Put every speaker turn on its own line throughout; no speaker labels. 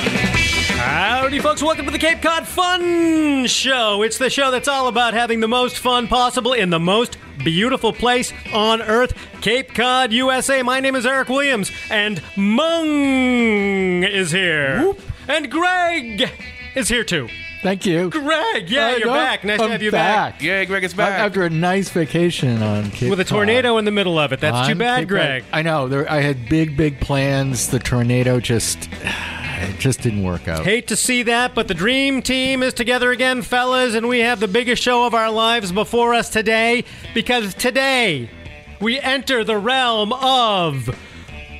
Howdy, folks. Welcome to the Cape Cod Fun Show. It's the show that's all about having the most fun possible in the most beautiful place on earth, Cape Cod, USA. My name is Eric Williams, and Mung is here. And Greg is here too.
Thank you.
Greg, yeah,
There you
you're
go.
back. Nice
oh, I'm
to have you back.
Yeah, Greg is
A-
back.
After a nice vacation on Cape
With a
Cod.
tornado in the middle of it. That's too
On
bad,
Cape Cod.
Greg.
I know. There, I had big, big plans. The tornado just, it just didn't work out.
Hate to see that, but the dream team is together again, fellas, and we have the biggest show of our lives before us today because today we enter the realm of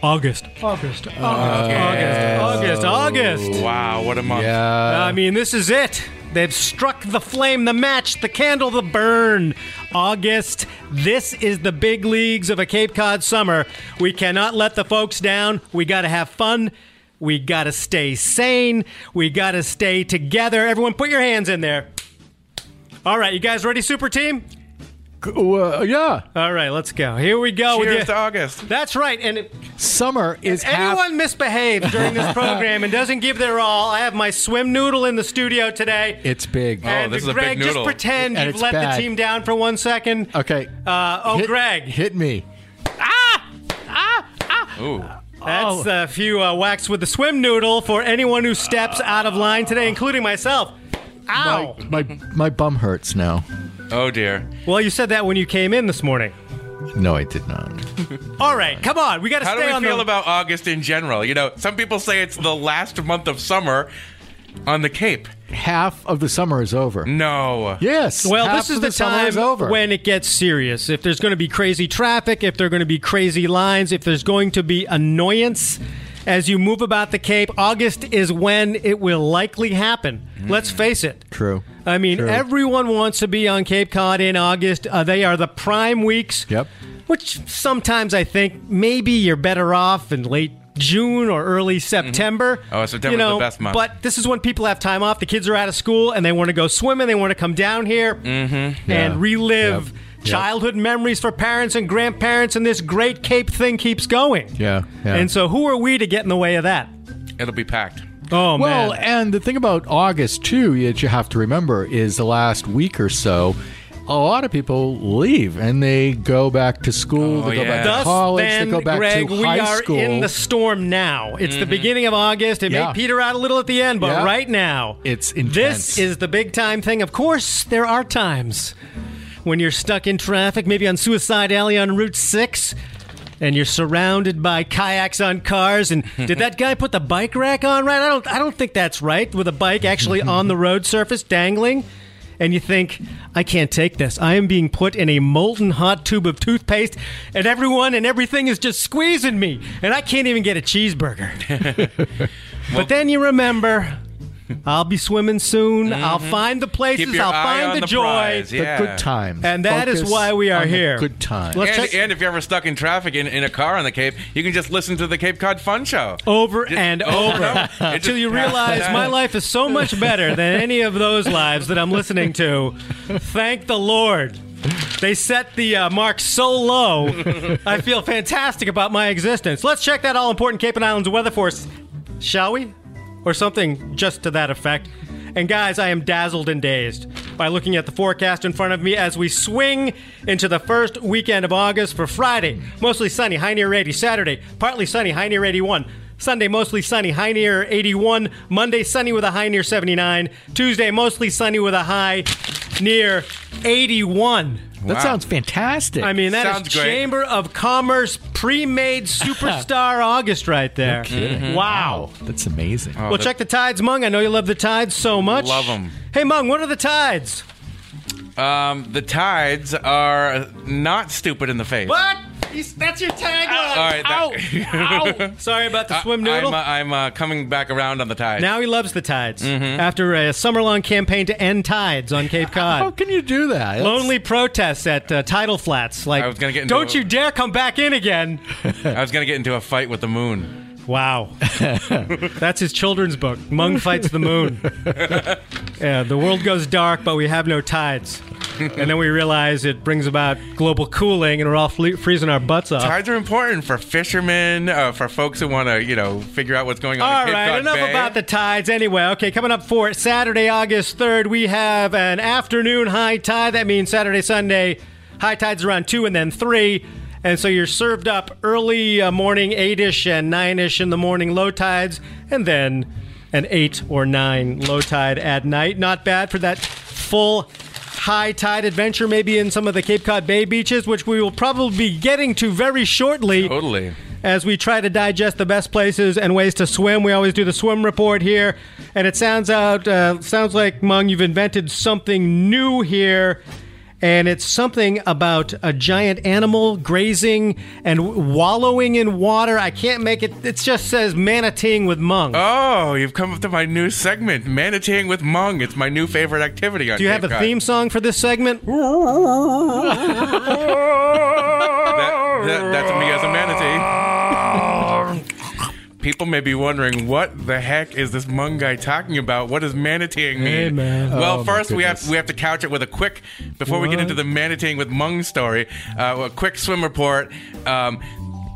August. August. August. August. August. August.
wow, what a month.
Yeah.
I mean, this is it. They've struck the flame, the match, the candle, the burn. August, this is the big leagues of a Cape Cod summer. We cannot let the folks down. We got to have fun. We got to stay sane. We got to stay together. Everyone, put your hands in there. All right, you guys ready, Super Team?
Well, uh, yeah.
All right, let's go. Here we go. with
Cheers
you.
to August.
That's right. And if
Summer is half.
anyone misbehaves during this program and doesn't give their all, I have my swim noodle in the studio today.
It's big.
Oh,
And
this is a big
Greg, just
noodle.
pretend
And
you've
it's
let
bad.
the team down for one second.
Okay.
Uh, oh,
Hit-
Greg,
hit me.
Ooh.
that's
Oh.
a few uh, whacks with the swim noodle for anyone who steps out of line today, including myself. Ow!
My my bum hurts now.
Oh dear.
Well, you said that when you came in this morning.
No, I did not.
All right, come on, we got to
How do
stay
we
on
feel
the.
about August in general? You know, some people say it's the last month of summer on the Cape.
Half of the summer is over.
No.
Yes.
Mm. well,
half
this is
of
the,
summer
time
is over.
when it gets serious. If there's going to be crazy traffic, if there are going to be crazy lines, if there's going to be annoyance as you move about the Cape, August is when it will likely happen. Let's face it.
True.
I mean,
True.
everyone wants to be on Cape Cod in August. Uh, they are the prime weeks.
Yep.
Which sometimes I think maybe you're better off in late June or early September.
Oh, September's
you know,
the best month.
But this is when people have time off. The kids are out of school and they want to go swimming. They want to come down here
Yeah.
and relive
Yep. Yep.
childhood memories for parents and grandparents. And this great Cape thing keeps going.
Yeah, yeah.
And so, who are we to get in the way of that?
It'll be packed.
Oh man.
Well, and the thing about August too that you have to remember is the last week or so, a lot of people leave and they go back to school,
Oh,
they go back
yeah.
to
Thus,
college,
then,
they go back
Greg,
to
we
high
are
school.
in the storm now. It's the beginning of August. It
Yeah.
may peter out a little at the end, but
Yeah.
right now,
It's
This
intense.
is the big time thing. Of course, there are times when you're stuck in traffic, maybe on Suicide Alley on Route Six. And you're surrounded by kayaks on cars. And did that guy put the bike rack on right? I don't. I don't think that's right. With a bike actually on the road surface, dangling and you think, I can't take this. I am being put in a molten hot tube of toothpaste, and everyone and everything is just squeezing me, and I can't even get a cheeseburger. but then you remember. I'll be swimming soon. I'll find the places.
Mm-hmm. Keep your
I'll
eye
find
on
the,
the,
joy.
prize.
the
Yeah.
good times,
And that is
Focus
why we are
on the
here.
good time.
Let's-
And,
check-
and if you're ever stuck in traffic in, in a car on the Cape, you can just listen to the Cape Cod Fun Show.
Over and over
It just
until you
passes
realize
time.
my life is so much better than any of those lives that I'm listening to. Thank the Lord. They set the uh, mark so low. I feel fantastic about my existence. Let's check that all important Cape and Islands weather force, shall we? Or something just to that effect. And guys, I am dazzled and dazed by looking at the forecast in front of me as we swing into the first weekend of August for Friday. Mostly sunny, high near 80. Saturday, partly sunny, high near 81. Sunday, mostly sunny, high near 81. Monday, sunny with a high near 79. Tuesday, mostly sunny with a high near 81.
that
Wow.
sounds fantastic.
I mean, that is
Sounds great.
Chamber of Commerce pre-made superstar August right there.
Mm-hmm.
Wow.
that's amazing.
well, check the tides, Mung. I know you love the tides so much.
Love 'em.
Hey, Mung, what are the tides?
Um, the tides are not stupid in the face.
What? He's- That's your tagline.
All right,
Ow. Ow. Sorry about the swim noodle.
I'm, uh, I'm uh, coming back around on the tides.
now he loves the tides.
Mm-hmm.
After a summer-long campaign to end tides on Cape Cod.
How can you do that? That's-
Lonely protests at uh, tidal flats. Like,
I was gonna get into
don't
a-
you dare come back in again.
I was going to get into a fight with the moon.
Wow. That's his children's book, Mung Fights the Moon. yeah, the world goes dark, but we have no tides. And then we realize it brings about global cooling and we're all fle- freezing our butts off.
Tides are important for fishermen, uh, for folks who want to, you know, figure out what's going on.
All
in Cape
right,
Cod
enough
Bay.
about the tides anyway. Okay, coming up for Saturday, August 3rd, we have an afternoon high tide. That means Saturday, Sunday, high tides around 2 and then 3. And so you're served up early uh, morning 8 ish and 9 ish in the morning low tides, and then an 8 or 9 low tide at night. Not bad for that full high tide adventure, maybe in some of the Cape Cod Bay beaches, which we will probably be getting to very shortly
Totally.
as we try to digest the best places and ways to swim. We always do the swim report here, and it sounds out uh, sounds like Mung, you've invented something new here. And it's something about a giant animal grazing and w- wallowing in water. I can't make it. It just says manateeing with Mung.
Oh, you've come up to my new segment, Manateeing with Mung. It's my new favorite activity on
do you have a theme song for this segment?
that's me as a manatee. People may be wondering what the heck is this Hmong guy talking about? What does manateeing mean?
Hey, man.
Well,
Oh, my
first we have
goodness.
we have to couch it with a quick before we get
What?
into the manateeing with Hmong story. Uh, a quick swim report. Um,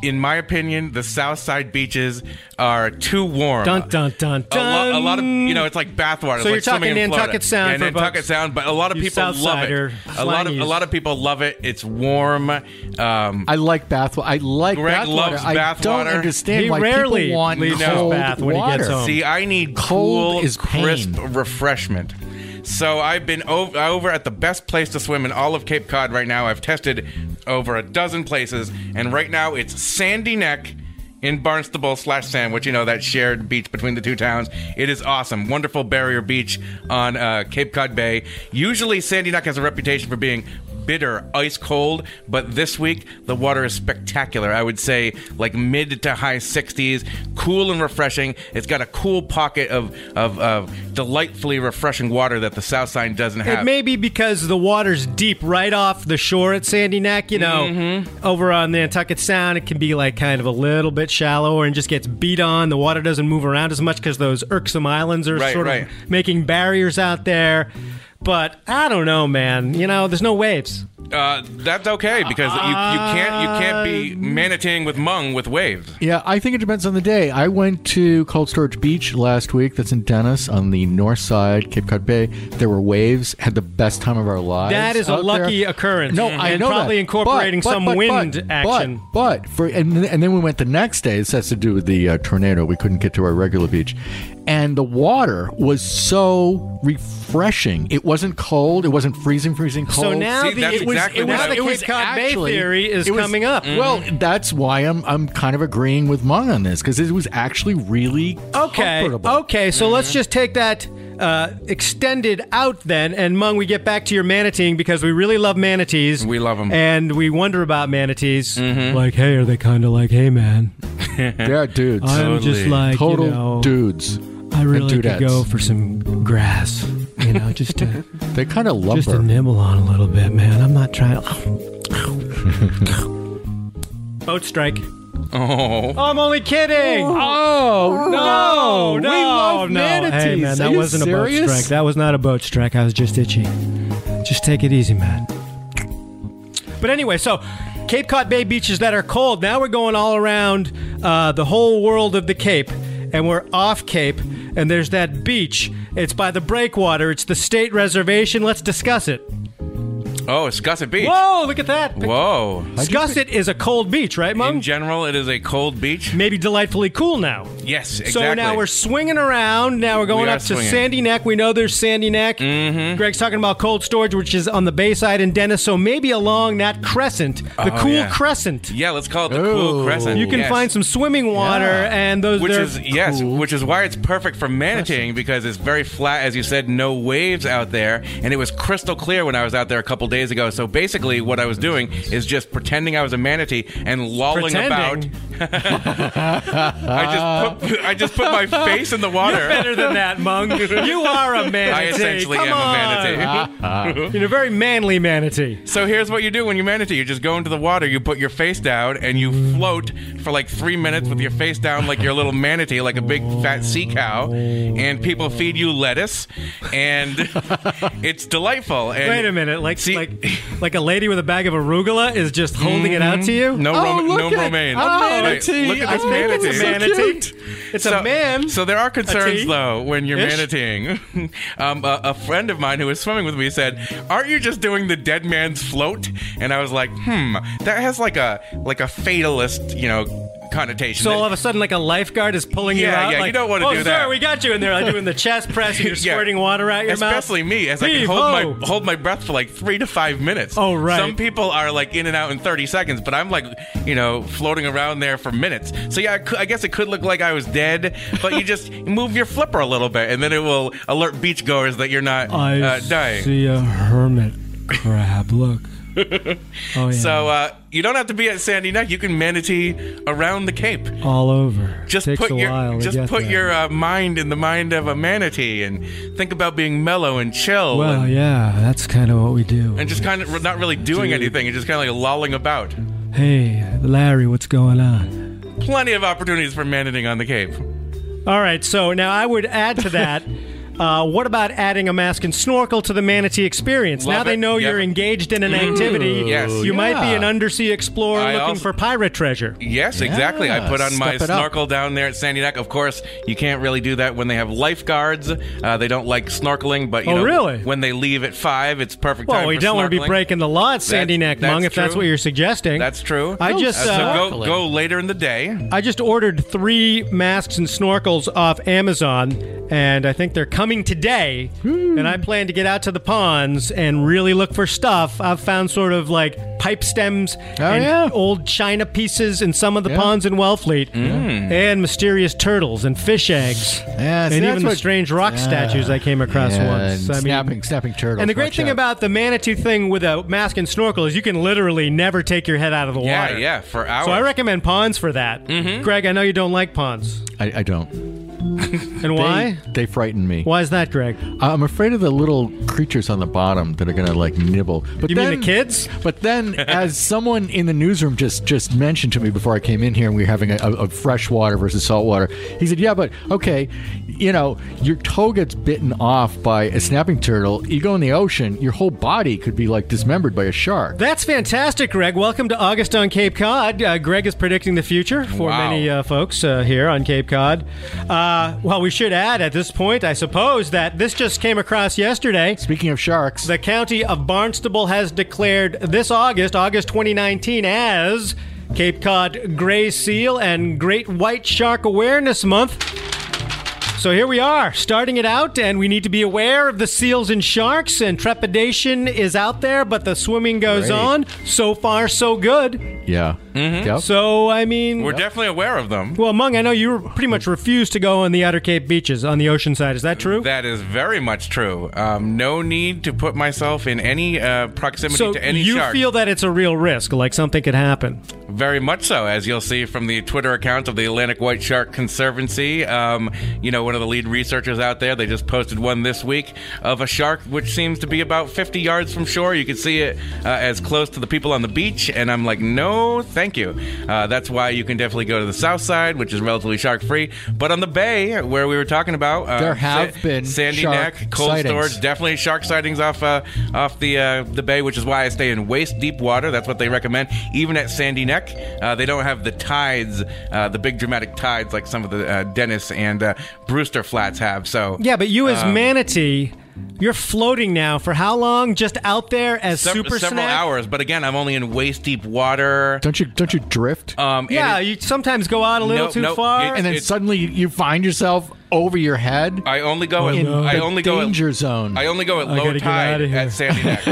in my opinion, the South Side beaches are too warm.
Dun dun dun
a,
dun.
lo- a lot of you know it's like bathwater.
So
it's
you're
like swimming
talking
in Florida.
Nantucket Sound
yeah,
for
Nantucket
folks.
Sound, but a lot of
You
people love
Southsider
it. A lot of a
slangies.
lot of people love it. It's warm. Um,
I like bath. I like
Greg
bath
loves
water. I
bath
don't
water.
understand
He
why
rarely
people want
leaves his
cold
bath when he
water.
gets home.
See, I need
Cold
cool,
is pain.
crisp refreshment. So I've been over, over at the best place to swim in all of Cape Cod right now. I've tested over a dozen places, and right now it's Sandy Neck in Barnstable slash Sandwich. You know that shared beach between the two towns. It is awesome, wonderful barrier beach on uh, Cape Cod Bay. Usually, Sandy Neck has a reputation for being bitter, ice cold, but this week the water is spectacular. I would say like mid to high 60s, cool and refreshing. It's got a cool pocket of of, of delightfully refreshing water that the South Side doesn't have.
It may be because the water's deep right off the shore at Sandy Neck. You know,
Mm-hmm.
over on Nantucket Sound, it can be like kind of a little bit shallower and just gets beat on. The water doesn't move around as much because those irksome islands are
Right,
sort
right.
of making barriers out there. But I don't know, man. You know, there's no waves.
uh, that's okay because you, you can't you can't
Uh,
be
um,
manateeing with mung with waves.
Yeah, I think it depends on the day. I went to Cold Storage Beach last week. That's in Dennis on the north side, Cape Cod Bay. There were waves. Had the best time of our lives.
That is a
out
lucky
there.
occurrence.
No, I
And
know
probably
that.
incorporating
But- but-
some
but-
wind
but-
action.
But, but for and and then we went the next day. This has to do with the uh, tornado. We couldn't get to our regular beach, and the water was so refreshing. It wasn't cold. It wasn't freezing, freezing cold.
So now
See,
the
that's
it was,
exactly
it was,
what I-
the
it
Cape
was
Cod Bay
actually-
theory is
it was-
coming
Mm-hmm.
up.
Well, that's why I'm I'm kind of agreeing with Mung on this because it was actually really
Okay.
comfortable.
Okay. So
Mm-hmm.
let's just take that uh, extended out then, and Mung, we get back to your manateeing because we really love manatees.
We love 'em. Mm-hmm.
and we wonder about manatees. Like, hey, are they kind of like, hey, man?
Yeah, dudes,
Totally.
I'm just like,
total
you know,
dudes.
I really could
dudettes.
go for some grass, you know, just to
They kind of
just to
lumber.
nibble on a little bit, man. I'm not trying. Boat strike.
Oh,
I'm only kidding.
oh
No, no,
we love
no.
manatees.
Hey, man, that
Are you
wasn't
serious?
a boat strike. That was not a boat strike. I was just itchy. Just take it easy, man. But anyway, so Cape Cod Bay beaches that are cold. Now we're going all around uh, the whole world of the Cape, and we're off Cape, and there's that beach. It's by the breakwater. It's the state reservation. Let's discuss it.
oh, it's Gusset Beach.
Whoa, look at that.
Whoa.
Disgusset is a cold beach, right,
In
Mom?
general, it is a cold beach.
Maybe delightfully cool now.
Yes, exactly.
So now we're swinging around. Now we're going
We are
up to
swinging.
Sandy Neck. We know there's Sandy Neck. Mm-hmm. Greg's talking about cold storage, which is on the Bayside in Dennis. So maybe along that crescent, the
Oh,
cool
yeah.
crescent,
yeah, let's call it the Cool
Oh.
Crescent.
you can
Yes.
find some swimming water and those.
which
there-
is yes, which is why it's perfect for manateeing because it's very flat, as you said, no waves out there, and it was crystal clear when I was out there a couple days ago. So basically, what I was doing is just pretending I was a manatee and lolling
Pretending? Ah.
about, I just put I just put my face in the water.
Better than that, Mung. You are a manatee.
I essentially
Come
am
on. Ah.
a manatee.
You're a very manly manatee.
So here's what you do when you manatee. You just go into the water, you put your face down, and you float for like three minutes with your face down like your little manatee, like a big fat sea cow. And people feed you lettuce, and it's delightful. And
Wait a minute, like
See-
like like a lady with a bag of arugula is just holding it out to you.
Mm-hmm. No,
Oh,
rom-
look
no
at it.
romaine.
A manatee.
Wait, Look at this
Oh,
It's a
it's
manatee.
so
manatee.
cute.
It's a man.
So there are concerns
tea?
though when you're
Ish?
manateeing. um, a, a friend of mine who was swimming with me said, "Aren't you just doing the dead man's float?" And I was like, "Hmm, that has like a like a fatalist, you know, connotation."
So
that-
all of a sudden, like a lifeguard is pulling you
Yeah,
out.
yeah, you
like,
don't wanna
oh,
do
sir,
that."
we got you, and they're like, doing the chest press, and you're
Yeah.
squirting water out your
Especially
mouth.
me, as I can
Heave
hold
ho.
my hold my breath for like three to five minutes.
Oh, right.
Some people are like in and out in thirty seconds, but I'm like, you know, floating around there for minutes. So yeah, I, cou- I guess it could look like I was dead, but you just move your flipper a little bit, and then it will alert beachgoers that you're not uh, dying.
a hermit crab. Look. Oh yeah.
So uh, you don't have to be at Sandy Neck. You can manatee around the Cape.
all over.
Just put your just put your uh, mind in the mind of a manatee and think about being mellow and chill and,
yeah, that's kind of what we do.
and just kind of not really doing anything and just kind of like lolling about.
Hey, Larry, what's going on?
Plenty of opportunities for manateeing on the Cape.
All right, so now I would add to that. Uh, what about adding a mask and snorkel to the manatee experience?
Love
now they
it.
know
Yep.
you're engaged in an activity.
yes.
you might be
yeah.
an undersea explorer
I
looking
also-
for pirate treasure.
Yes, exactly. I put on my
step it up.
snorkel down there at Sandy Neck. Of course, you can't really do that when they have lifeguards. Uh, they don't like snorkeling, but you
Oh,
know,
really?
when they leave at five, it's perfect time.
Well, we
for
don't want to be
snorkeling.
breaking the law at Sandy
That's-
Neck, Mung,
that's
if that's
true.
what you're suggesting.
That's true.
I just,
so
uh,
go go later in the day.
I just ordered three masks and snorkels off Amazon, and I think they're coming today.
Hmm.
And I plan to get out to the ponds and really look for stuff. I've found sort of like pipe stems and
Oh, yeah.
old china pieces in some of the ponds in Wellfleet,
Hmm.
and mysterious turtles and fish eggs,
Yeah, see,
and
that's
even the
what-
strange rock
Yeah.
statues I came across
Yeah,
once.
and
I mean,
snapping, snapping turtles.
and the great
watch
thing
out.
about the Manitou thing with a mask and snorkel is you can literally never take your head out of the
Yeah,
water.
yeah, for hours.
So I recommend ponds for that. Greg, I know you don't like ponds.
I, I don't.
And why?
They, they frighten me.
Why is that, Greg?
I'm afraid of the little creatures on the bottom that are gonna like nibble. But
You
then,
mean the kids?
But then, as someone in the newsroom just just mentioned to me before I came in here, and we were having a, a, a freshwater versus saltwater, he said, "Yeah, but okay, you know, your toe gets bitten off by a snapping turtle. You go in the ocean, your whole body could be like dismembered by a shark."
That's fantastic, Greg. Welcome to August on Cape Cod. Uh, Greg is predicting the future for
Wow.
many uh, folks uh, here on Cape Cod. Uh, well, we should add at this point, I suppose, that this just came across yesterday.
Speaking of sharks,
The county of Barnstable has declared this August, August 2019, as Cape Cod Gray Seal and Great White Shark Awareness Month. So here we are, starting it out, and we need to be aware of the seals and sharks, and trepidation is out there, but the swimming goes
Great.
on. So far, so good.
yeah, mm-hmm. yep.
So, I mean.
We're definitely aware of them.
well, Mung, I know you pretty much refuse to go on the Outer Cape beaches on the ocean side. Is that true?
That is very much true. Um, no need to put myself in any uh, proximity
so
to any
you
shark.
feel that it's a real risk, like something could happen.
very much so, as you'll see from the Twitter account of the Atlantic White Shark Conservancy. Um, you know, one of the lead researchers out there. They just posted one this week of a shark which seems to be about 50 yards from shore. You can see it uh, as close to the people on the beach, and I'm like, no, thank you. Uh, that's why you can definitely go to the south side, which is relatively shark free. But on the bay where we were talking about, uh,
There have been
Sandy
shark
Neck, cold
sightings.
storage, definitely shark sightings off uh, off the uh, the bay, which is why I stay in waist deep water. That's what they recommend. Even at Sandy Neck, uh, they don't have the tides, uh, the big dramatic tides like some of the uh, Dennis and uh, Brewster flats have. So
Yeah, but you as
Um,
manatee, you're floating now for how long? Just out there as
sev-
super
several
snack?
hours. But again, I'm only in waist deep water.
don't you don't you drift?
Um, and
Yeah,
it-
you sometimes go out a little
Nope,
too
nope,
far.
it's-
and then
it-
suddenly you find yourself over your head.
I only go at
in
I
the
only go at,
danger zone.
I only go at
I
low
gotta get
tide
outta here.
at Sandy Neck.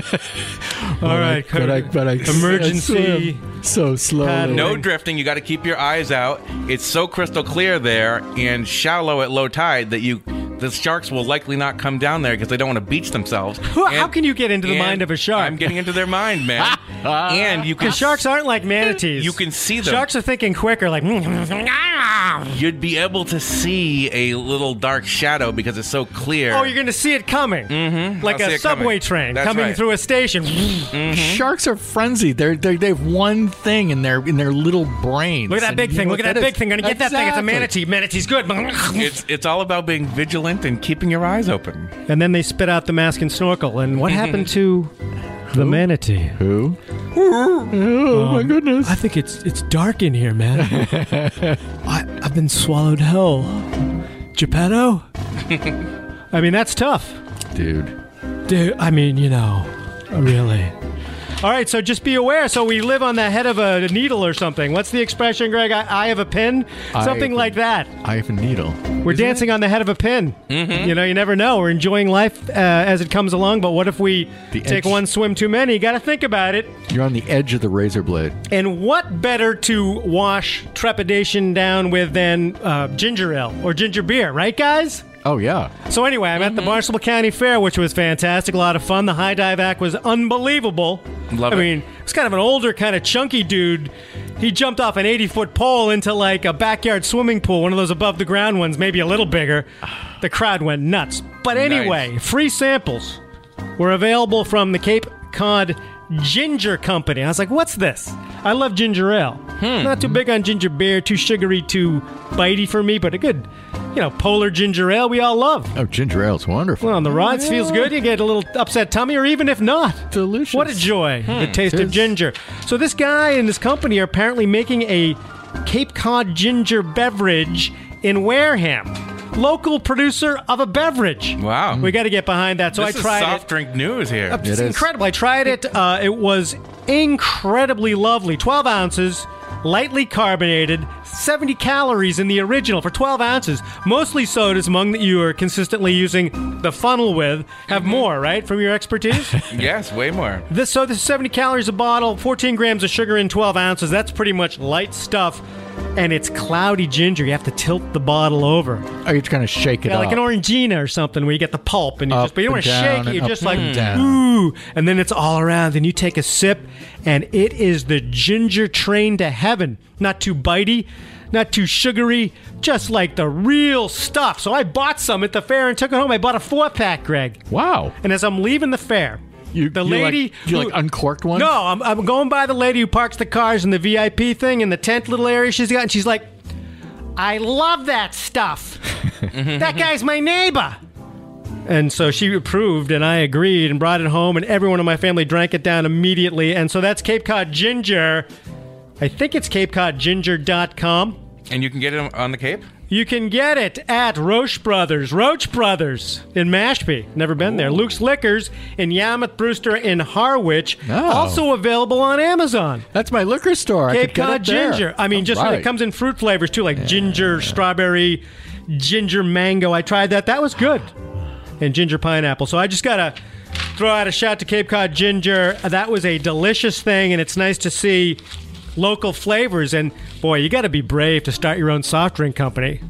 All right,
but I, but I,
emergency.
I swim so slowly.
paddling.
No drifting. You got to keep your eyes out. It's so crystal clear there and shallow at low tide that you The sharks will likely not come down there because they don't want to beach themselves.
Who- how can you get into the
and
mind of a shark?
I'm getting into their mind, man. and you can
Because sharks aren't like manatees.
You can see them.
Sharks are thinking quicker, like, oh,
You'd be able to see a little dark shadow because it's so clear.
Oh, you're going to see it coming. Mm-hmm. Like
I'll see
a
it coming.
subway train
That's
coming
right.
through a station.
Mm-hmm. Sharks are frenzied. They're, they're they have one thing in their in their little brain.
Look at that big thing. Look at that, big thing. Gonna get that thing. It's a manatee. Manatee's good.
it's it's all about being vigilant and keeping your eyes open.
And then they spit out the mask and snorkel. And what happened to the manatee?
Who? Oh my goodness.
I think it's it's dark in here, man. I, I've been swallowed whole. Geppetto? I mean, that's tough.
Dude.
Dude, I mean, you know, really. All right, so just be aware. So we live on the head of a needle or something. What's the expression, Greg? I, I have a pin?
I-
Something like that.
I have a needle.
We're dancing on the head of a pin.
Mm-hmm.
You know, you never know. We're enjoying life uh, as it comes along, but what if we
The
take
edge-
one swim too many? You got to think about it.
You're on the edge of the razor blade.
And what better to wash trepidation down with than uh, ginger ale or ginger beer, right, guys?
Oh yeah.
So anyway, I'm
Mm-hmm.
at the Barnstable County Fair, which was fantastic, a lot of fun. The high dive act was unbelievable.
Love
I
it.
mean, it's kind of an older, kind of chunky dude. He jumped off an 80 foot pole into like a backyard swimming pool, one of those above the ground ones, maybe a little bigger. The crowd went nuts. But anyway, free samples were available from the Cape Cod Ginger Company. I was like, what's this? I love ginger ale.
Hmm.
Not too big on ginger beer, too sugary, too bitey for me, but a good, you know, polar ginger ale we all love.
Oh, ginger ale's wonderful.
Well, on the rods feels good. You get a little upset tummy, or even if not,
Delicious.
What a joy!
Hmm.
The taste
It
of
is.
ginger. So this guy and this company are apparently making a Cape Cod ginger beverage in Wareham. Local producer of a beverage.
Wow.
we got to get behind that. So
this
I tried
is
it.
soft drink news here.
It's
is.
incredible. I tried it. Uh, it was incredibly lovely. 12 ounces, lightly carbonated, 70 calories in the original for 12 ounces. Mostly sodas among that you are consistently using the funnel with have more, right, from your expertise?
yes, way more.
This so this is 70 calories a bottle, 14 grams of sugar in 12 ounces. That's pretty much light stuff. And it's cloudy ginger. You have to tilt the bottle over.
Oh, you're trying to shake it
Yeah,
up.
like an orangina or something where you get the pulp and you
Up
just, but you don't want
and
to
down
shake it.
and
You're
up
just like,
and down.
ooh. And then it's all around. Then you take a sip and it is the ginger train to heaven. Not too bitey, not too sugary, just like the real stuff. So I bought some at the fair and took it home. I bought a four pack, Greg.
wow.
And as I'm leaving the fair,
You,
the
you
lady.
Like, you
who-
like uncorked one?
no, I'm, I'm going by the lady who parks the cars in the VIP thing in the tent little area she's got, and she's like, I love that stuff. that guy's my neighbor. And so she approved, and I agreed, and brought it home, and everyone in my family drank it down immediately. And so that's Cape Cod Ginger. I think it's CapeCodGinger.com.
And you can get it on the Cape.
You can get it at Roche Brothers, Roach Brothers in Mashpee. Never been there. Luke's Liquors in Yarmouth, Brewster in Harwich.
Oh.
Also available on Amazon.
That's my liquor store. I
Cape
could get
Cod
it there.
ginger. I mean,
All
just when it
right.
comes in fruit flavors too, like ginger, strawberry, ginger mango. I tried that. That was good. And ginger pineapple. So I just gotta throw out a shout to Cape Cod ginger. That was a delicious thing, and it's nice to see local flavors. And boy, you got to be brave to start your own soft drink company.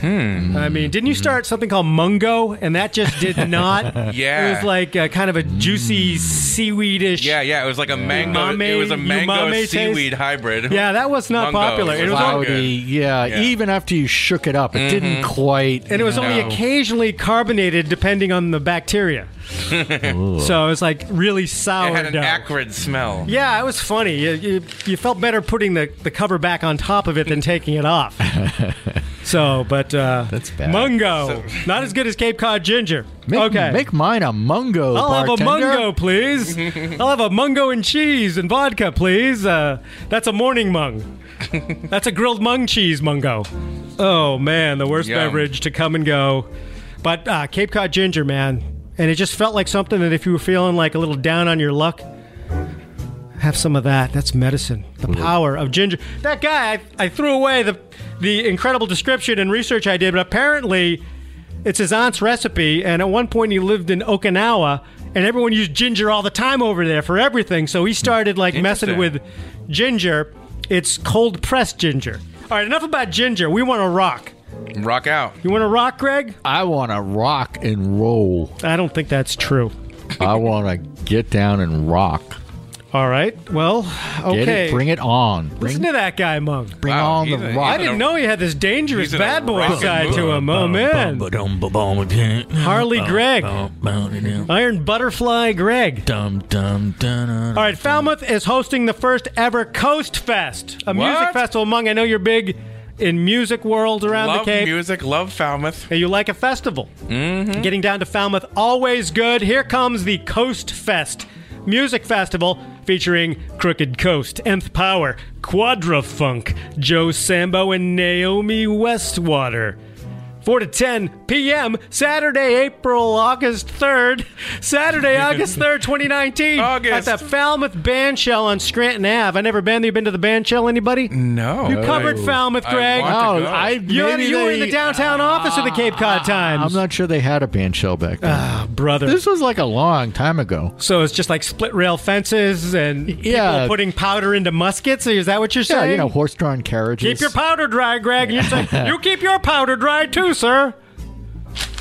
Hmm. I mean, didn't you start something called Mungo, and that just did not?
Yeah.
it was like a, kind of a juicy seaweedish.
Yeah, yeah. It was like a mango.
Umami-
it was a mango
umami taste?
seaweed hybrid.
Yeah, that was not
Mungo.
popular. It was Mm-hmm.
not good.
Cloudy. Yeah,
Yeah.
Even after you shook it up, it didn't quite.
and it was only
No.
occasionally carbonated depending on the bacteria. so it was like really sour.
It had an
dough.
acrid smell.
yeah, it was funny. You, you, you felt better putting the, the cover back on top of it than taking it off. so, but uh,
That's bad.
Mungo, not as good as Cape Cod ginger.
Make,
okay,
Make mine a mungo.
I'll
bartender.
have a mungo, please. I'll have a mungo and cheese and vodka, please. Uh, that's a morning mung. that's a grilled mung cheese mungo. Oh man, the worst
Yum.
beverage to come and go. But uh, Cape Cod ginger, man, and it just felt like something that if you were feeling like a little down on your luck. Have some of that. That's medicine. The
Mm-hmm.
power of ginger. That guy, I, I threw away the the incredible description and research I did, but apparently it's his aunt's recipe, and at one point he lived in Okinawa, and everyone used ginger all the time over there for everything. So he started like messing with
Interesting.
ginger. It's cold pressed ginger. All right, enough about ginger. We want to rock.
Rock out.
You want to rock, Greg?
I want to rock and roll.
I don't think that's true.
I want to get down and rock.
All right. Well, okay.
Get it, bring it on. Bring,
Listen to that guy, Mung.
bring
Wow,
on the
he's a- he's
I
rock.
didn't know he had this dangerous
He's in a
bad boy
rock
side
and
to him. Oh man, Harley Gregg, Iron Butterfly Greg.
Dum dum dum.
All right, Falmouth is hosting the first ever Coast Fest, a music
What?
festival. Among I know you're big in music world around
Love
the Cape.
music. Love Falmouth.
And you like a festival. Mm-hmm. Getting down to Falmouth, always good. Here comes the Coast Fest music festival featuring Crooked Coast, Nth Power, Quadrafunk, Joe Sambo, and Naomi Westwater. 4 to 10 p.m. Saturday, April, August 3rd. Saturday, August 3rd, 2019.
August.
At the Falmouth Band Shell on Scranton Ave. I never been there. You been to the Band Shell, anybody?
No.
You covered Falmouth,
I
Greg.
want
Oh,
to go.
I
You, were in-
maybe
you were in
they-
the downtown office of the Cape Cod Times.
I'm not sure they had a band shell back then.
Ah, brother.
this was like a long time ago.
so it's just like split rail fences and people
Yeah.
putting powder into muskets. Is that what you're
Yeah,
saying?
you know, horse-drawn carriages.
keep your powder dry, Greg. And you say you keep your powder dry too, sir.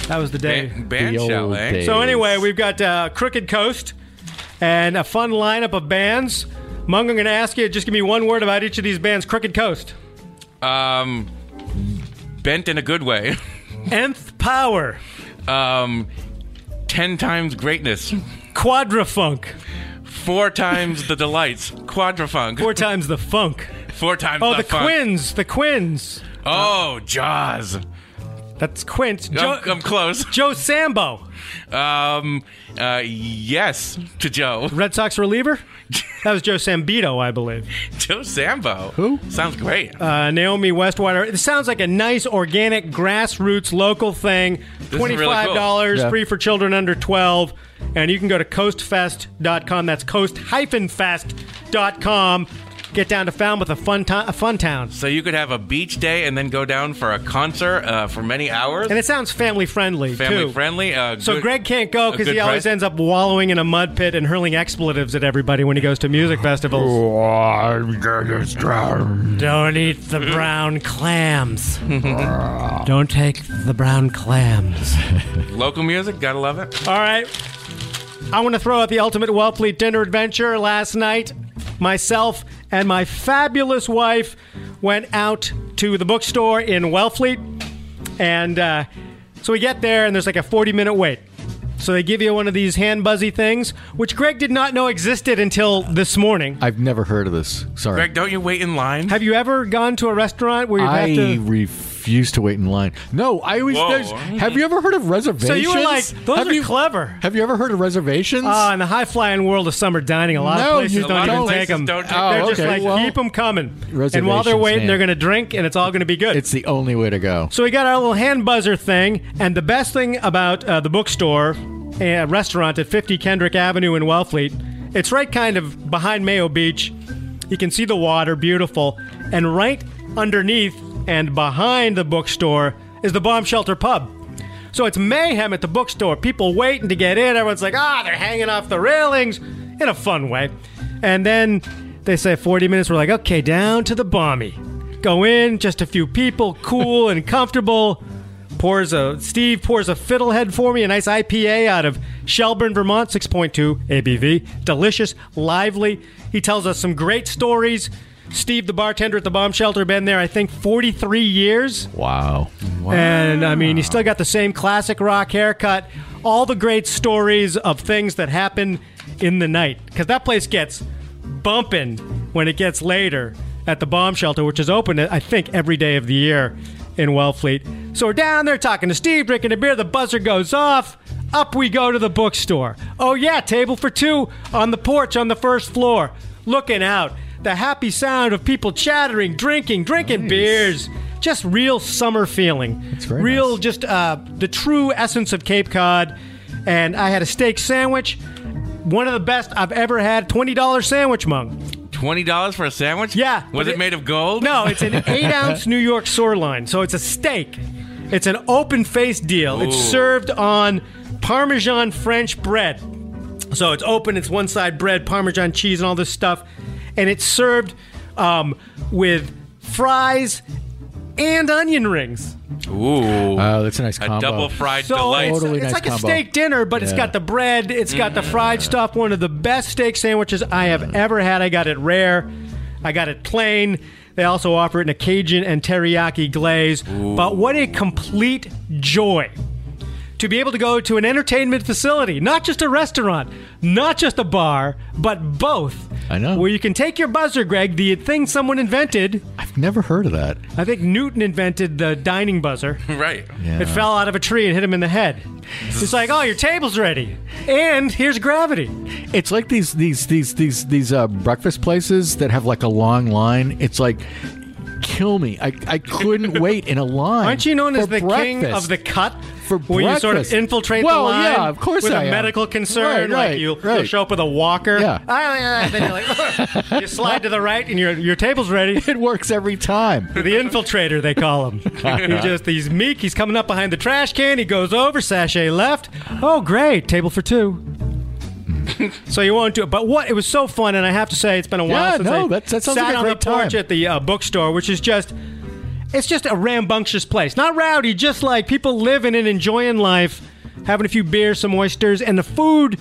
That was the day.
Ban-
The
Band
old
shell, eh?
days.
So anyway, we've got uh, Crooked Coast and a fun lineup of bands. Mung, I'm going to ask you just give me one word about each of these bands. Crooked Coast,
Um, bent in a good way.
Nth Power,
Um, ten times greatness.
Quadrafunk,
Four times the delights. Quadrafunk.
four
Four,
times the funk.
times
Oh,
the,
the,
fun.
Quins, the Quins.
Oh, Jaws.
That's Quint. Joe,
I'm, I'm close.
Joe Sambo,
Um, uh, yes to Joe.
Red Sox reliever. That was Joe Sambito, I believe.
Joe Sambo. Who? Sounds great.
Uh, Naomi Westwater. It sounds like a nice, organic, grassroots, local thing.
is really
Twenty-five
cool.
dollars,
Yeah.
free for children under twelve, and you can go to coastfest.com. That's coast-fest.com. Get down to Falmouth, a fun town, a fun town,
so you could have a beach day and then go down for a concert uh, for many hours.
and it sounds family friendly
Family
too.
friendly. Uh,
So
good-
Greg can't go
a
because
good
he always
price.
ends up wallowing in a mud pit and hurling expletives at everybody when he goes to music festivals. Don't eat the brown clams. Don't take the brown clams.
Local music, gotta love it.
All right. I want to throw out the ultimate Wellfleet dinner adventure. Last night, myself and my fabulous wife went out to the bookstore in Wellfleet. And uh, so we get there, and there's like a 40 minute wait. So they give you one of these hand buzzy things, which Greg did not know existed until this morning.
I've never heard of this. Sorry.
Greg, don't you wait in line?
Have you ever gone to a restaurant where you've
I
had to.
refuse to wait in line. No, I always.
Whoa.
there's- Have you ever heard of reservations?
So you were like, those
have
are
you,
clever.
Have you ever heard of reservations?
Oh, in the high flying world of summer dining, a lot of
No,
places
you
don't,
don't.
even
A lot of
take
places
them.
don't take
they're
them.
just
Oh,
like
okay, well,
keep them coming, and while they're
reservations,
waiting,
man.
they're going to drink, and it's all going to be good.
it's the only way to go.
so we got our little hand buzzer thing, and the best thing about uh, the bookstore uh, restaurant at 50 Kendrick Avenue in Wellfleet, it's right kind of behind Mayo Beach. You can see the water, beautiful, and right underneath and behind the bookstore is the Bomb Shelter Pub. So it's mayhem at the bookstore. People waiting to get in. Everyone's like, ah, they're hanging off the railings in a fun way. And then they say 40 minutes. We're like, okay, down to the bomby. Go in, just a few people, cool and comfortable. Pours a Steve pours a fiddlehead for me, a nice IPA out of Shelburne, Vermont, 6.2 ABV, delicious, lively. He tells us some great stories. Steve, the bartender at the bomb shelter, been there I think 43 years.
Wow.
And I mean, you still got the same classic rock haircut. All the great stories of things that happen in the night. Because that place gets bumping when it gets later at the bomb shelter, which is open, I think, every day of the year in Wellfleet. So we're down there talking to Steve, drinking a beer. The buzzer goes off. Up we go to the bookstore. Oh, yeah, table for two on the porch on the first floor, looking out. The happy sound of people chattering, drinking, drinking beers. Just real summer feeling.
very
real,
nice.
just uh, the true essence of Cape Cod. And I had a steak sandwich, one of the best I've ever had. Twenty dollar sandwich, mung.
Twenty dollars for a sandwich?
Yeah.
Was it made of gold?
No, it's an eight ounce New York sirloin, so it's a steak. It's an open faced deal. It's
Ooh.
served on Parmesan French bread. So it's open, it's one side bread, Parmesan cheese, and all this stuff. And it's served um, with fries and onion rings.
Ooh.
Oh, that's a nice
a
combo.
double fried
So
delight.
it's,
Totally
it's
nice
like
combo.
a steak dinner, but it's
Yeah.
got the bread, it's got the fried stuff. One of the best steak sandwiches I
Mm.
have ever had. I got it rare, I got it plain. They also offer it in a Cajun and teriyaki glaze. But what a complete joy to be able to go to an entertainment facility, not just a restaurant, not just a bar, but both.
I know.
Where you can take your buzzer, Greg, the thing someone invented.
I've never heard of that.
I think Newton invented the dining buzzer.
Right.
Yeah.
It fell out of a tree and hit him in the head. It's like, oh, your table's ready, and here's gravity.
It's like these these these these these uh, breakfast places that have like a long line. It's like kill me. I, I couldn't wait in a line.
Aren't you known as
for
the king
breakfast.
of the cut?
For
where you sort of
breakfast.
infiltrate
Well,
the line
yeah, of course
with a
I am.
medical concern,
Right,
like
right,
you,
right.
you'll show up with a walker.
Yeah.
Ah, ah, ah, then you're like, you slide to the right, and your your table's ready.
It works every time.
The infiltrator, they call him. he just he's meek. He's coming up behind the trash can. He goes over sachet left. Oh, great! Table for two. so you won't do it, but what? It was so fun, and I have to say, it's been a while
Yeah,
since
no,
I
that's- that sounds
sat
like a
on
great
the porch
time.
at the uh, bookstore, which is just. It's just a rambunctious place. Not rowdy, just like people living and enjoying life, having a few beers, some oysters, and the food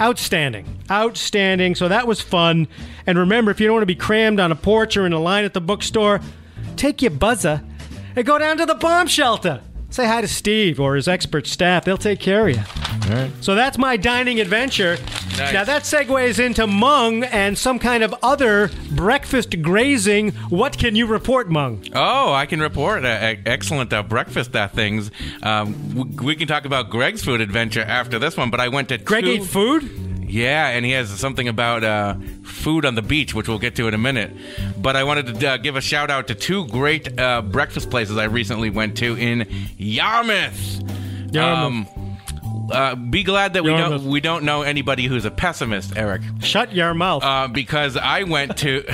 outstanding. Outstanding. So that was fun. And remember, if you don't want to be crammed on a porch or in a line at the bookstore, take your buzzer and go down to the bomb shelter. Say hi to Steve or his expert staff. They'll take care of you. So that's my dining adventure.
Nice.
Now that segues into Mung and some kind of other breakfast grazing. What can you report, Mung?
Oh, I can report uh, e- excellent uh, breakfast uh, things. Um, we, we can talk about Greg's food adventure after this one, but I went to
Greg
two-
ate food?
Yeah, and he has something about uh, food on the beach, which we'll get to in a minute. But I wanted to uh, give a shout out to two great uh, breakfast places I recently went to in Yarmouth.
Yarmouth.
Um, uh, be glad that we
Yarmouth.
don't we don't know anybody who's a pessimist, Eric,
Shut your mouth.
uh, because I went to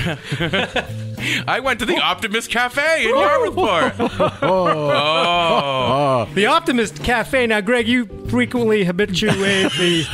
I went to the Optimist Cafe in Yarmouthport.
the Optimist Cafe. Now, Greg, you frequently habituate the.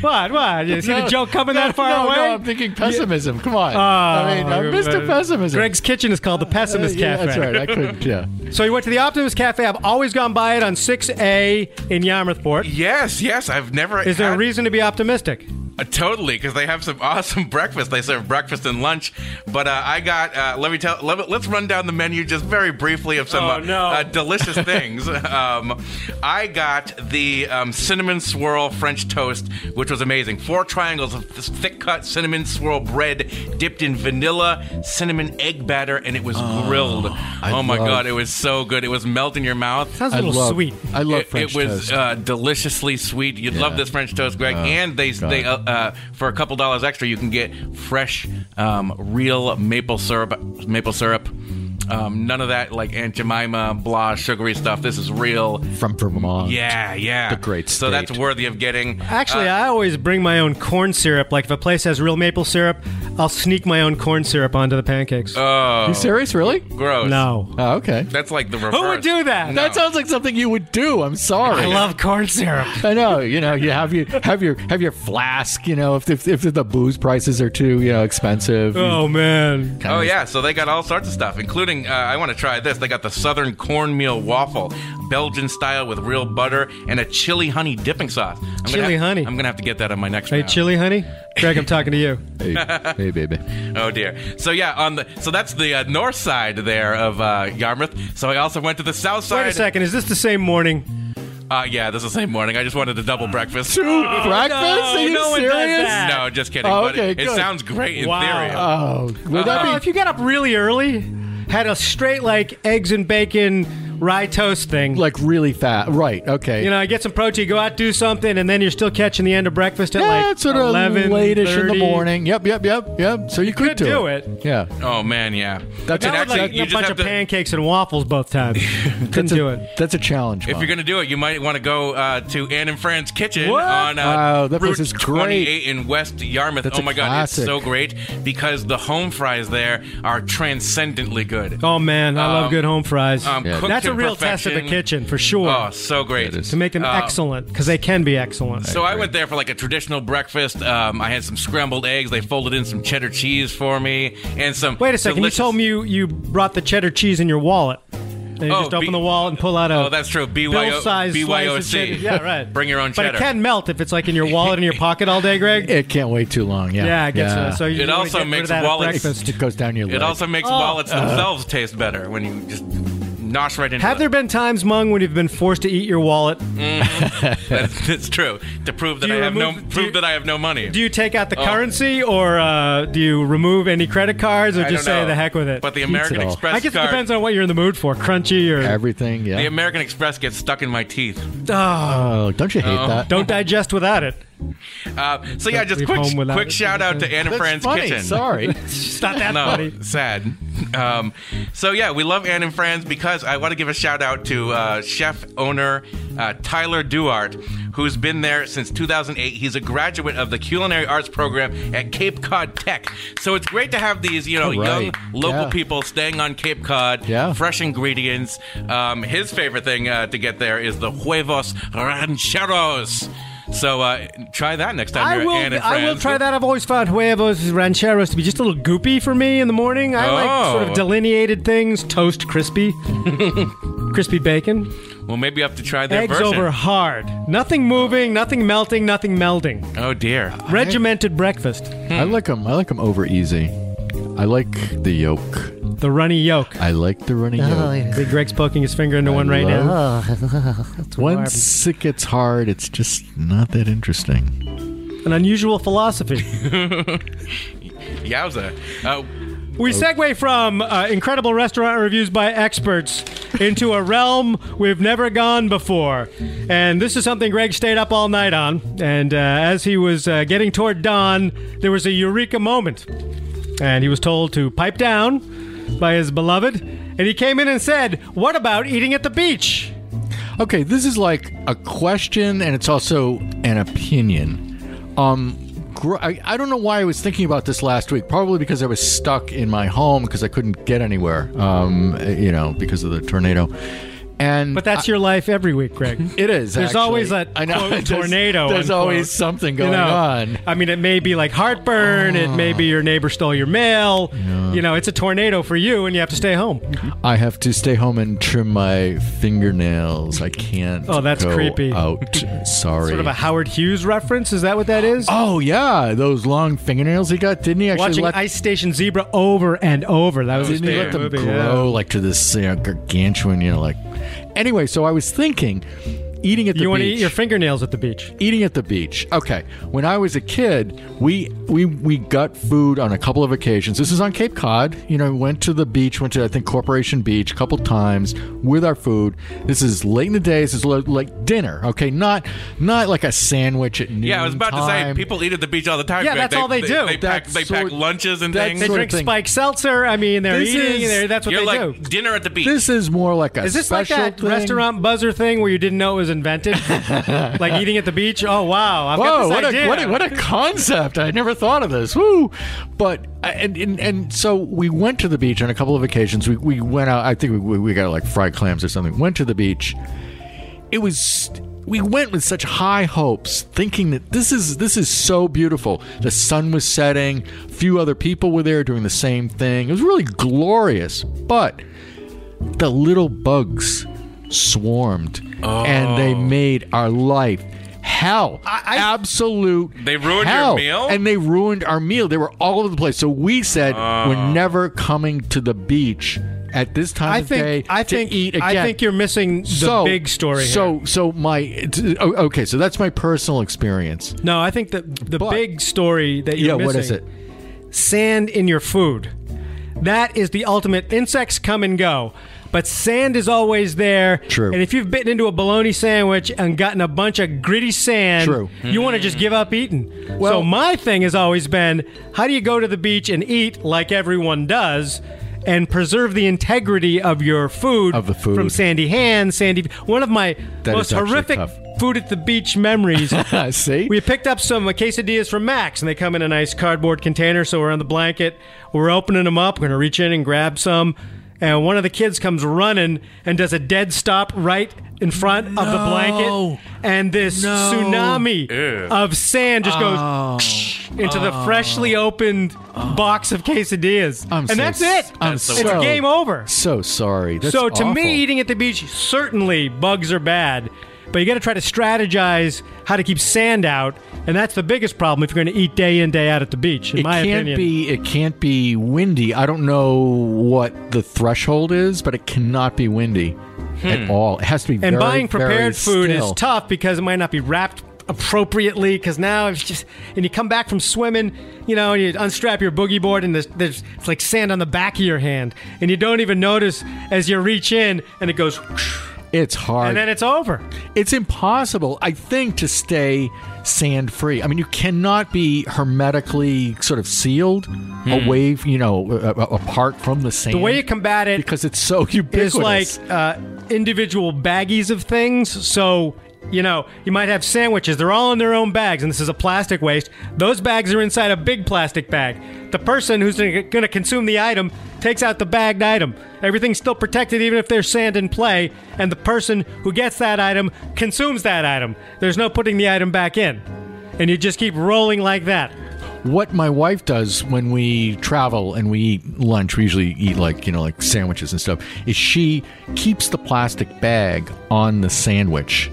What? What? You see the joke coming that far
no,
away?
No, I'm thinking pessimism. Come on. I mean, I'm Mr.
Uh,
Pessimism. Uh,
Greg's kitchen is called the Pessimist
yeah,
Cafe.
That's right. I couldn't. Yeah.
So you went to the Optimist Cafe. I've always gone by it on 6A in Yarmouthport.
yes, yes, I've never.
Is there a
had-
reason to be optimistic?
Uh, totally, because they have some awesome breakfast. They serve breakfast and lunch. But uh, I got uh, let me tell let, me- let's run down the menu just very briefly of some
Oh,
uh,
no.
uh, delicious things. um, I got the um, cinnamon swirl French toast, which was amazing. Four triangles of this thick cut cinnamon swirl bread dipped in vanilla cinnamon egg batter, and it was grilled. oh my
love-
god, it was so good! It was melt in your mouth.
Sounds a
I
little
love,
sweet.
I love
it,
French
it was
toast.
Uh, deliciously sweet. You'd love this French toast, Greg. and they they uh, uh, for a couple dollars extra, you can get fresh, um, real maple syrup. Maple syrup. Um, none of that like Aunt Jemima blah sugary stuff. This is real.
from Vermont.
Yeah, yeah.
The great
So that's
state.
worthy of getting.
Actually, I always bring my own corn syrup. Like if a place has real maple syrup, I'll sneak my own corn syrup onto the pancakes.
You serious? Really?
Gross.
no.
Oh, okay.
That's like the reverse.
Who would do that?
That sounds like something you would do. I'm sorry.
I love corn syrup.
I know, you know, you have your have your have your flask, you know, if if, if the booze prices are too, you know, expensive.
Oh man.
Oh yeah, so they got all sorts of stuff, including uh, I want to try this. They got the southern cornmeal waffle, Belgian style with real butter and a chili honey dipping sauce. I'm gonna
Chili
have-
honey.
I'm gonna have to get that on my next.
Hey,
round.
chili honey? Greg, I'm talking to you.
Hey, hey, baby.
Oh dear. So yeah, on the so that's the uh, north side there of uh, Yarmouth. So I also went to the south side.
Wait a second, is this the same morning?
Uh, yeah, this is the same morning. I just wanted a double breakfast.
Dude, breakfast? are you
Oh, no one does
serious?
that.
No, just kidding.
Oh,
but
okay,
it, it
good.
sounds great in
Wow.
theory.
Oh, would that
Oh,
be
if you got up really early, had a straight like eggs and bacon rye toast thing.
like really fat? Right. Okay.
you know, get some protein, go out, do something, and then you're still catching the end of breakfast at
yeah,
like
it's sort of
11,
late-ish in
30.
the morning. Yep, yep, yep, yep. So you,
could
do,
do it.
Yeah.
oh man, yeah.
That's
And
a-
I would
actually,
like
you
a
just
bunch
have
of
to-
pancakes and waffles both times. Couldn't
That's a,
do it.
That's a challenge.
If
Mom.
you're gonna do it, you might want to go uh, to Anne and Fran's Kitchen
What?
on uh,
Wow, that
Route
place is great.
28 in West Yarmouth.
That's
oh
a
my
classic.
god, it's so great because the home fries there are transcendently good.
Oh man, I love
Um,
good home fries.
um, cooked
That's a real test of the
perfection.
kitchen for sure.
Oh, um, so great.
It is.
to make them excellent, 'cause excellent because they can be excellent.
So I went there for like a traditional breakfast. Um, I had some scrambled eggs. They folded in some cheddar cheese for me and some.
Wait a second.
delicious-
You told me you, you brought the cheddar cheese in your wallet. And you
Oh,
just open
B-
the wallet and pull out a
Oh, that's true. BYO
bill-sized slice of
BYOC.
cheddar. Yeah, right.
Bring your own
But
cheddar.
it can melt if it's like in your wallet in your pocket all day, Greg.
It can't wait too long. Yeah.
Yeah, I guess so. So you
It
wanna get
also
rid
makes
of that at
wallets-
breakfast.
it goes down your leg.
It also makes
Oh.
wallets themselves taste better when you just nosh right into
Have there
them.
been times, Mung, when you've been forced to eat your wallet?
Mm. That's, that's true. To prove that
Do
I
you
have no
remove- do
prove
you-
that I have no money.
Do you take out the
Oh.
currency, or uh, do you remove any credit cards, or
I
just
don't
say
know.
the heck with it?
But the
Eats
American
it all.
Express
I guess it
card.
depends on what you're in the mood for, crunchy or
Everything.
the
Yeah.
American Express gets stuck in my teeth.
Ah,
oh, don't you hate that?
don't digest without it.
Uh, so yeah, just
leave
quick
home without
quick
it.
shout out to Anna
That's
Fran's
funny.
Kitchen.
Sorry.
It's not that
no,
funny.
sad. Um, so yeah, we love Anne and Friends because I want to give a shout out to uh, chef owner uh, Tyler Duart, who's been there since 2008. He's a graduate of the culinary arts program at Cape Cod Tech. So it's great to have these you know
All right.
young local
Yeah.
people staying on Cape Cod,
Yeah.
fresh ingredients. Um, his favorite thing uh, to get there is the huevos rancheros. So uh, try that next time
I
you're
will.
at Anne and
I will
Fran's.
try that. I've always found huevos rancheros to be just a little goopy for me in the morning. I like
Oh.
sort of delineated things, toast crispy, crispy bacon,
Well, maybe you have to try their
eggs
version.
over hard, nothing moving, nothing melting, nothing melding.
Oh dear.
Regimented breakfast,
I like them. I like them over easy. I like the yolk.
the runny yolk.
I like the runny yolk.
See, Greg's poking his finger into one right now.
Once it gets hard, it's just not that interesting.
An unusual philosophy.
Yowza. Uh,
We segue from uh, incredible restaurant reviews by experts into a realm we've never gone before. And this is something Greg stayed up all night on. And uh, as he was uh, getting toward dawn, there was a eureka moment. And he was told to pipe down by his beloved. And he came in and said, What about eating at the beach?
Okay, this is like a question, and it's also an opinion. Um, gr- I, I don't know why I was thinking about this last week. Probably because I was stuck in my home because I couldn't get anywhere. Um, you know, because of the tornado. And
But that's your life every week, Greg.
It is.
There's
actually.
always that
I know,
quote,
there's-
tornado,
There's
unquote.
always something going
you know,
on. Ah.
I mean, it may be like heartburn. It may be your neighbor stole your mail. You know, it's a tornado for you, and you have to stay home.
I have to stay home and trim my fingernails. I can't.
Oh, that's
go
creepy.
Out. Sorry.
Sort of a Howard Hughes reference. Is that what that is?
oh yeah, those long fingernails he got. Didn't he actually
Watching
let?
Ice Station Zebra over and over. That was his
didn't he let them
favorite movie, yeah.
grow like to this you know, gargantuan? You know, like. Anyway, so I was thinking, eating at the
You want to
beach.
eat your fingernails at the beach?
eating at the beach. Okay, when I was a kid, we we we got food on a couple of occasions. This is on Cape Cod. You know, went to the beach, went to I think Corporation Beach a couple times with our food. This is late in the day. This is lo- like dinner. Okay, not not like a sandwich at noon.
Yeah, I was about to say
time.
people eat at the beach all the time.
Yeah,
Greg.
that's all they do.
They pack,
That's
they pack
sort-
lunches and
that's
things.
They
Sort of
drink
thing.
spike seltzer. I mean, they're
This
eating.
is-
they're- that's what
You're
they
like
do.
dinner at the beach.
This is more like a
Is this like
special
that
thing.
restaurant buzzer thing where you didn't know it was invented? like eating at the beach? Oh, wow. I've got
Whoa!
this
What
idea.
a, what a what a concept! I never thought of this. Woo! But I- and and, and so we went to the beach on a couple of occasions. We, we went out. I think we- we we got like fried clams or something. Went to the beach. It was we went with such high hopes, thinking that this is this is so beautiful. The sun was setting. Few other people were there doing the same thing. It was really glorious. But the little bugs swarmed and they
Oh.
made our life hell absolute
They ruined your
hell.
meal?
and they ruined our meal they were all over the place so we said
Oh.
we're never coming to the beach at this time
I
of
think.
day
I
to
think.
eat again
I think you're missing the
so,
big story. here.
so so my t- o- okay so that's my personal experience
No, I think the the
But-
big story that you're
yeah
missing.
what is it
Sand in your food. That is the ultimate. Insects come and go, but sand is always there.
True.
And if you've bitten into a bologna sandwich and gotten a bunch of gritty sand,
True.
you want to just give up eating. so
Well-
my thing has always been, how do you go to the beach and eat like everyone does? And preserve the integrity of your food,
Of the food.
from sandy hands, sandy. One of my
That
most
is actually
horrific
tough.
food at the beach memories
I see
we picked up some uh, quesadillas from Max, and they come in a nice cardboard container. So we're on the blanket. We're opening them up. We're gonna reach in and grab some. and one of the kids comes running and does a dead stop right in front of the
No.
blanket, and this
No. Oh.
tsunami of sand just goes into the freshly opened box of quesadillas,
I'm
and
so
that's
s-
it.
I'm
it's
so-
game over.
So sorry. That's
so to
awful.
me, eating at the beach certainly bugs are bad, but you got to try to strategize how to keep sand out, and that's the biggest problem if you're going to eat day in day out at the beach. In
it
my
can't
opinion,
be it can't be windy. I don't know what the threshold is, but it cannot be windy at all. It has to be
Hmm. and
very,
buying prepared
very
food
still.
is tough because it might not be wrapped appropriately because now it's just and you come back from swimming you know and you unstrap your boogie board and there's, there's it's like sand on the back of your hand and you don't even notice as you reach in and it goes
It's hard.
and then it's over
it's impossible, I think, to stay sand free. I mean, you cannot be hermetically sort of sealed away, you know, a- a- apart from the sand.
Hmm. the way you combat it
because it's so ubiquitous.
is like uh, individual baggies of things. So, you know, you might have sandwiches. They're all in their own bags, and this is a plastic waste. Those bags are inside a big plastic bag. The person who's going to consume the item takes out the bagged item. Everything's still protected, even if there's sand in play, and the person who gets that item consumes that item. There's no putting the item back in. And you just keep rolling like that.
what my wife does when we travel and we eat lunch, we usually eat like, you know, like sandwiches and stuff, is she keeps the plastic bag on the sandwich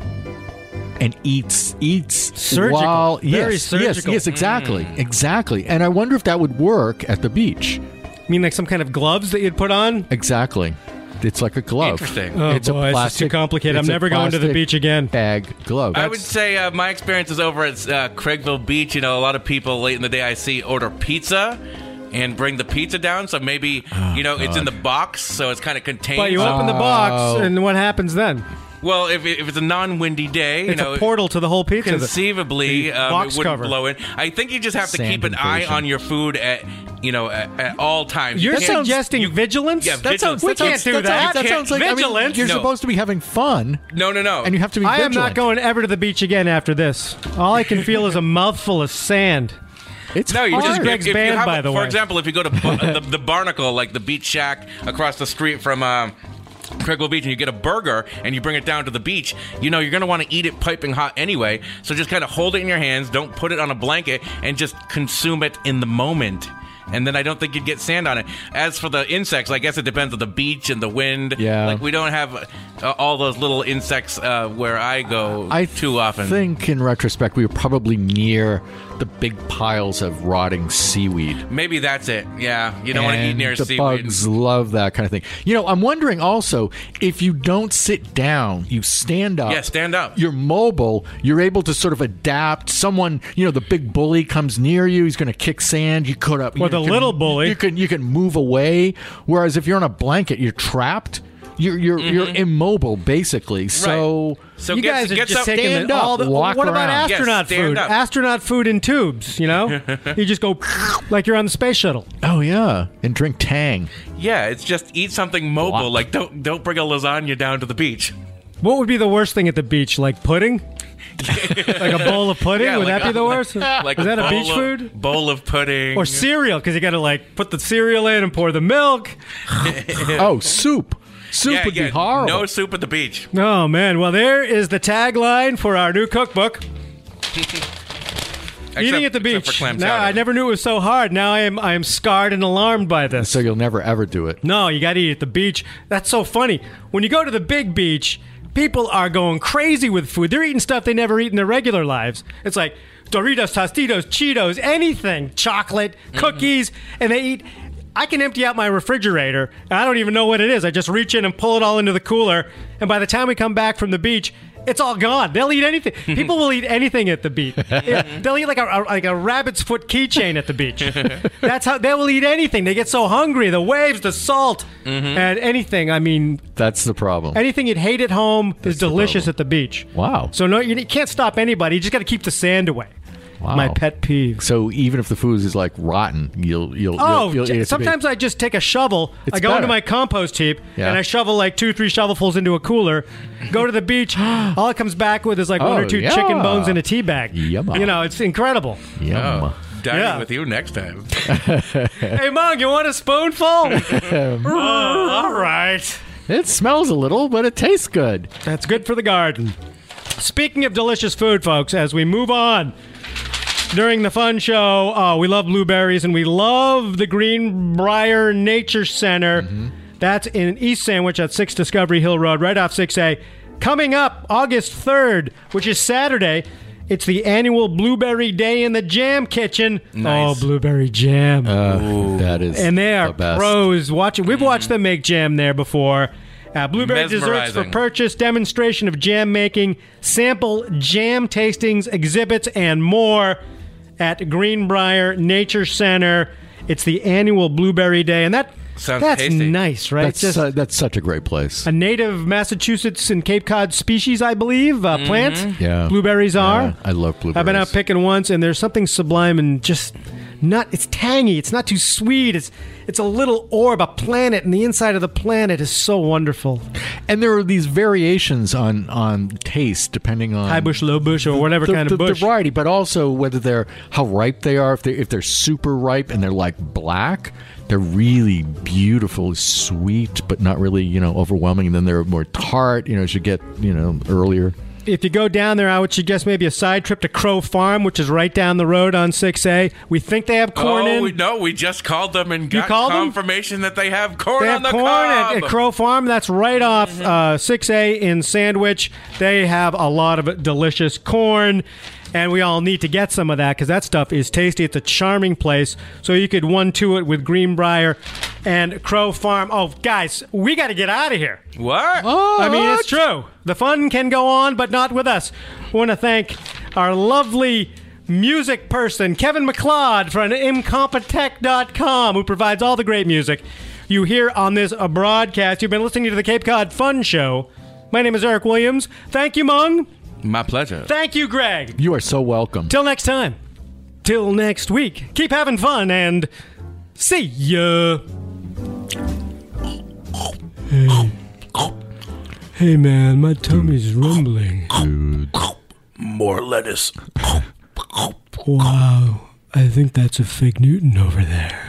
and eats eats
Surgical.
while yes,
Very
yes,
surgical. Mm.
yes, exactly. Exactly. And I wonder if that would work at the beach.
I mean, like some kind of gloves that you'd put on?
Exactly. It's like a glove.
Interesting.
Oh,
it's
boy, this
a
is
plastic.
too complicated. I'm
it's a
never going to the
plastic
beach again.
Bag glove.
I would say uh, my experience is over at uh, Craigville Beach. You know, a lot of people late in the day I see order pizza and bring the pizza down. So maybe, you know, it's in the box, so it's kind of contained.
Oh, But you open the
Oh.
box, and what happens then?
well, if, it- if it's a non windy day, you
it's
know.
a portal to the whole pizza. the
Conceivably, um,
box
it wouldn't
cover.
blow in. I think you just have to
Sand
keep an
invasion.
eye on your food at you know at, at all times. You
You're
can't-
suggesting vigilance?
Yeah,
that sounds,
we
that sounds-
can't do
sounds-
that.
that sounds like I mean,
vigilance.
you're
No.
supposed to be having fun,
no, no, no.
and you have to be.
I am
vigilant.
not going ever to the beach again after this. All I can feel is a mouthful of sand.
It's
No, you
hard.
just
This is Greg's
if, if you
band,
have
by
a-
the
For
way.
example, if you go to bu- the, the Barnacle, like the beach shack across the street from. Uh, Craigville Beach, and you get a burger and you bring it down to the beach. You know, you're going to want to eat it piping hot anyway. So just kind of hold it in your hands, don't put it on a blanket, and just consume it in the moment. And then I don't think you'd get sand on it. As for the insects, I guess it depends on the beach and the wind.
Yeah.
Like, we don't have uh, all those little insects uh, where I go
I
too often.
think, in retrospect, we were probably near the big piles of rotting seaweed.
Maybe that's it. Yeah. You don't want to eat
And
near
the
seaweed.
bugs love that kind of thing. You know, I'm wondering also if you don't sit down, you stand up.
Yeah, stand up.
You're mobile. You're able to sort of adapt. Someone, you know, the big bully comes near you. He's going to kick sand. You could up.
Or the
you can-
little bully.
You can you can move away. Whereas if you're on a blanket, you're trapped. You're you're you're immobile basically. So
Mm-hmm. So
you
get-
guys are
get
just
some-
taking
Stand
the, all
up,
the.
walk
what about
around.
Yes,
astronaut
stand
food?
up.
Astronaut food in tubes. You know, you just go like you're on the space shuttle.
oh yeah, and drink Tang.
Yeah, it's just eat something mobile.
Block.
Like don't don't bring a lasagna down to the beach.
What would be the worst thing at the beach? Like pudding. like a bowl of pudding?
Yeah,
would
like
that be
a-
the worst?
Like
is that a
bowl
beach
of-
food?
Bowl of pudding.
Or cereal, because you gotta like put the cereal in and pour the milk.
Oh soup. Soup
yeah,
would
yeah,
be horrible.
No soup at the beach.
Oh man, well there is the tagline for our new cookbook. Eating at
Except-
the
except for
beach.
clam
Now
chowder.
I never knew it was so hard. Now I am I am scarred and alarmed by this.
so you'll never ever do it.
no, you gotta eat at the beach. That's so funny. When you go to the big beach, people are going crazy with food. They're eating stuff they never eat in their regular lives. It's like Doritos, Tostitos, Cheetos, anything, chocolate,
Mm-hmm.
cookies, and they eat I can empty out my refrigerator and I don't even know what it is. I just reach in and pull it all into the cooler, and by the time we come back from the beach, it's all gone. They'll eat anything. People will eat anything at the beach. Yeah, they'll eat like a, a- like a rabbit's foot keychain at the beach. That's how they will eat anything. They get so hungry. The waves, the salt,
Mm-hmm.
and anything. I mean,
That's the problem.
anything you'd hate at home is
the
delicious
problem.
at the beach.
Wow.
So no, you, you can't stop anybody. You just got to keep the sand away.
Wow.
My pet peeve.
So even if the food is like rotten, you'll you'll
Oh,
you'll, you'll eat it to
sometimes I just take a shovel.
It's
I go
better.
into my compost heap
Yeah.
and I shovel like two, three shovelfuls into a cooler. Go to the beach. All it comes back with is like one
Oh,
or two
yeah.
chicken bones in a tea bag.
Yum.
You know, it's incredible.
be. Yum.
Oh. dining
Yeah.
with you next time.
Hey, Mom, you want a spoonful? Oh, all right.
It smells a little, but it tastes good.
That's good for the garden. Speaking of delicious food, folks, as we move on during the fun show, uh, we love blueberries and we love the Greenbrier Nature Center. That's in East Sandwich at 6 Discovery Hill Road, right off 6A. Coming up August 3rd, which is Saturday, it's the annual Blueberry Day in the Jam Kitchen.
Nice.
Oh, blueberry jam.
Uh, that is
and they are
the best. Mm-hmm.
pros. Watching, we've watched them make jam there before. Uh, blueberry desserts for
Mesmerizing.
purchase, demonstration of jam making, sample jam tastings, exhibits, and more at Greenbrier Nature Center. It's the annual Blueberry Day, and that
Sounds
that's
tasty.
nice, right?
That's,
It's just
su- that's such a great place.
a native Massachusetts and Cape Cod species, I believe, uh,
Mm-hmm.
plant.
Yeah.
blueberries are.
Yeah, I love blueberries.
I've been out picking once, and there's something sublime and just not. It's tangy. It's not too sweet. It's it's a little orb, a planet, and the inside of the planet is so wonderful.
and there are these variations on on taste depending on
High bush, low bush, or whatever
the,
kind
the-
of
the
bush.
variety, but also whether they're how ripe they are. If they if they're super ripe and they're like black, they're really beautiful, sweet, but not really you know overwhelming. And then they're more tart. You know, as you get you know earlier.
if you go down there, I would suggest maybe a side trip to Crow Farm, which is right down the road on 6A. We think they have corn
oh
in.
we, no, we just called them and got
called them?
confirmation that they have corn
They
on
have
the
corn at,
cob. Mm-hmm.
at Crow Farm. That's right off uh, 6A in Sandwich. They have a lot of delicious corn, and we all need to get some of that because that stuff is tasty. It's a charming place. So you could one two it with Greenbrier and Crow Farm. Oh, guys, we got to get out of here.
what?
I mean, it's true. The fun can go on, but not with us. I want to thank our lovely music person, Kevin McLeod from Incompetech.com, who provides all the great music you hear on this uh, broadcast. You've been listening to the Cape Cod Fun Show. My name is Eric Williams. Thank you, Mung.
My pleasure.
Thank you, Greg.
You are so welcome.
Till next time. Till next week. Keep having fun and see ya. Hey. Hey, man, my tummy's rumbling.
More lettuce.
Wow. I think that's a fig Newton over there.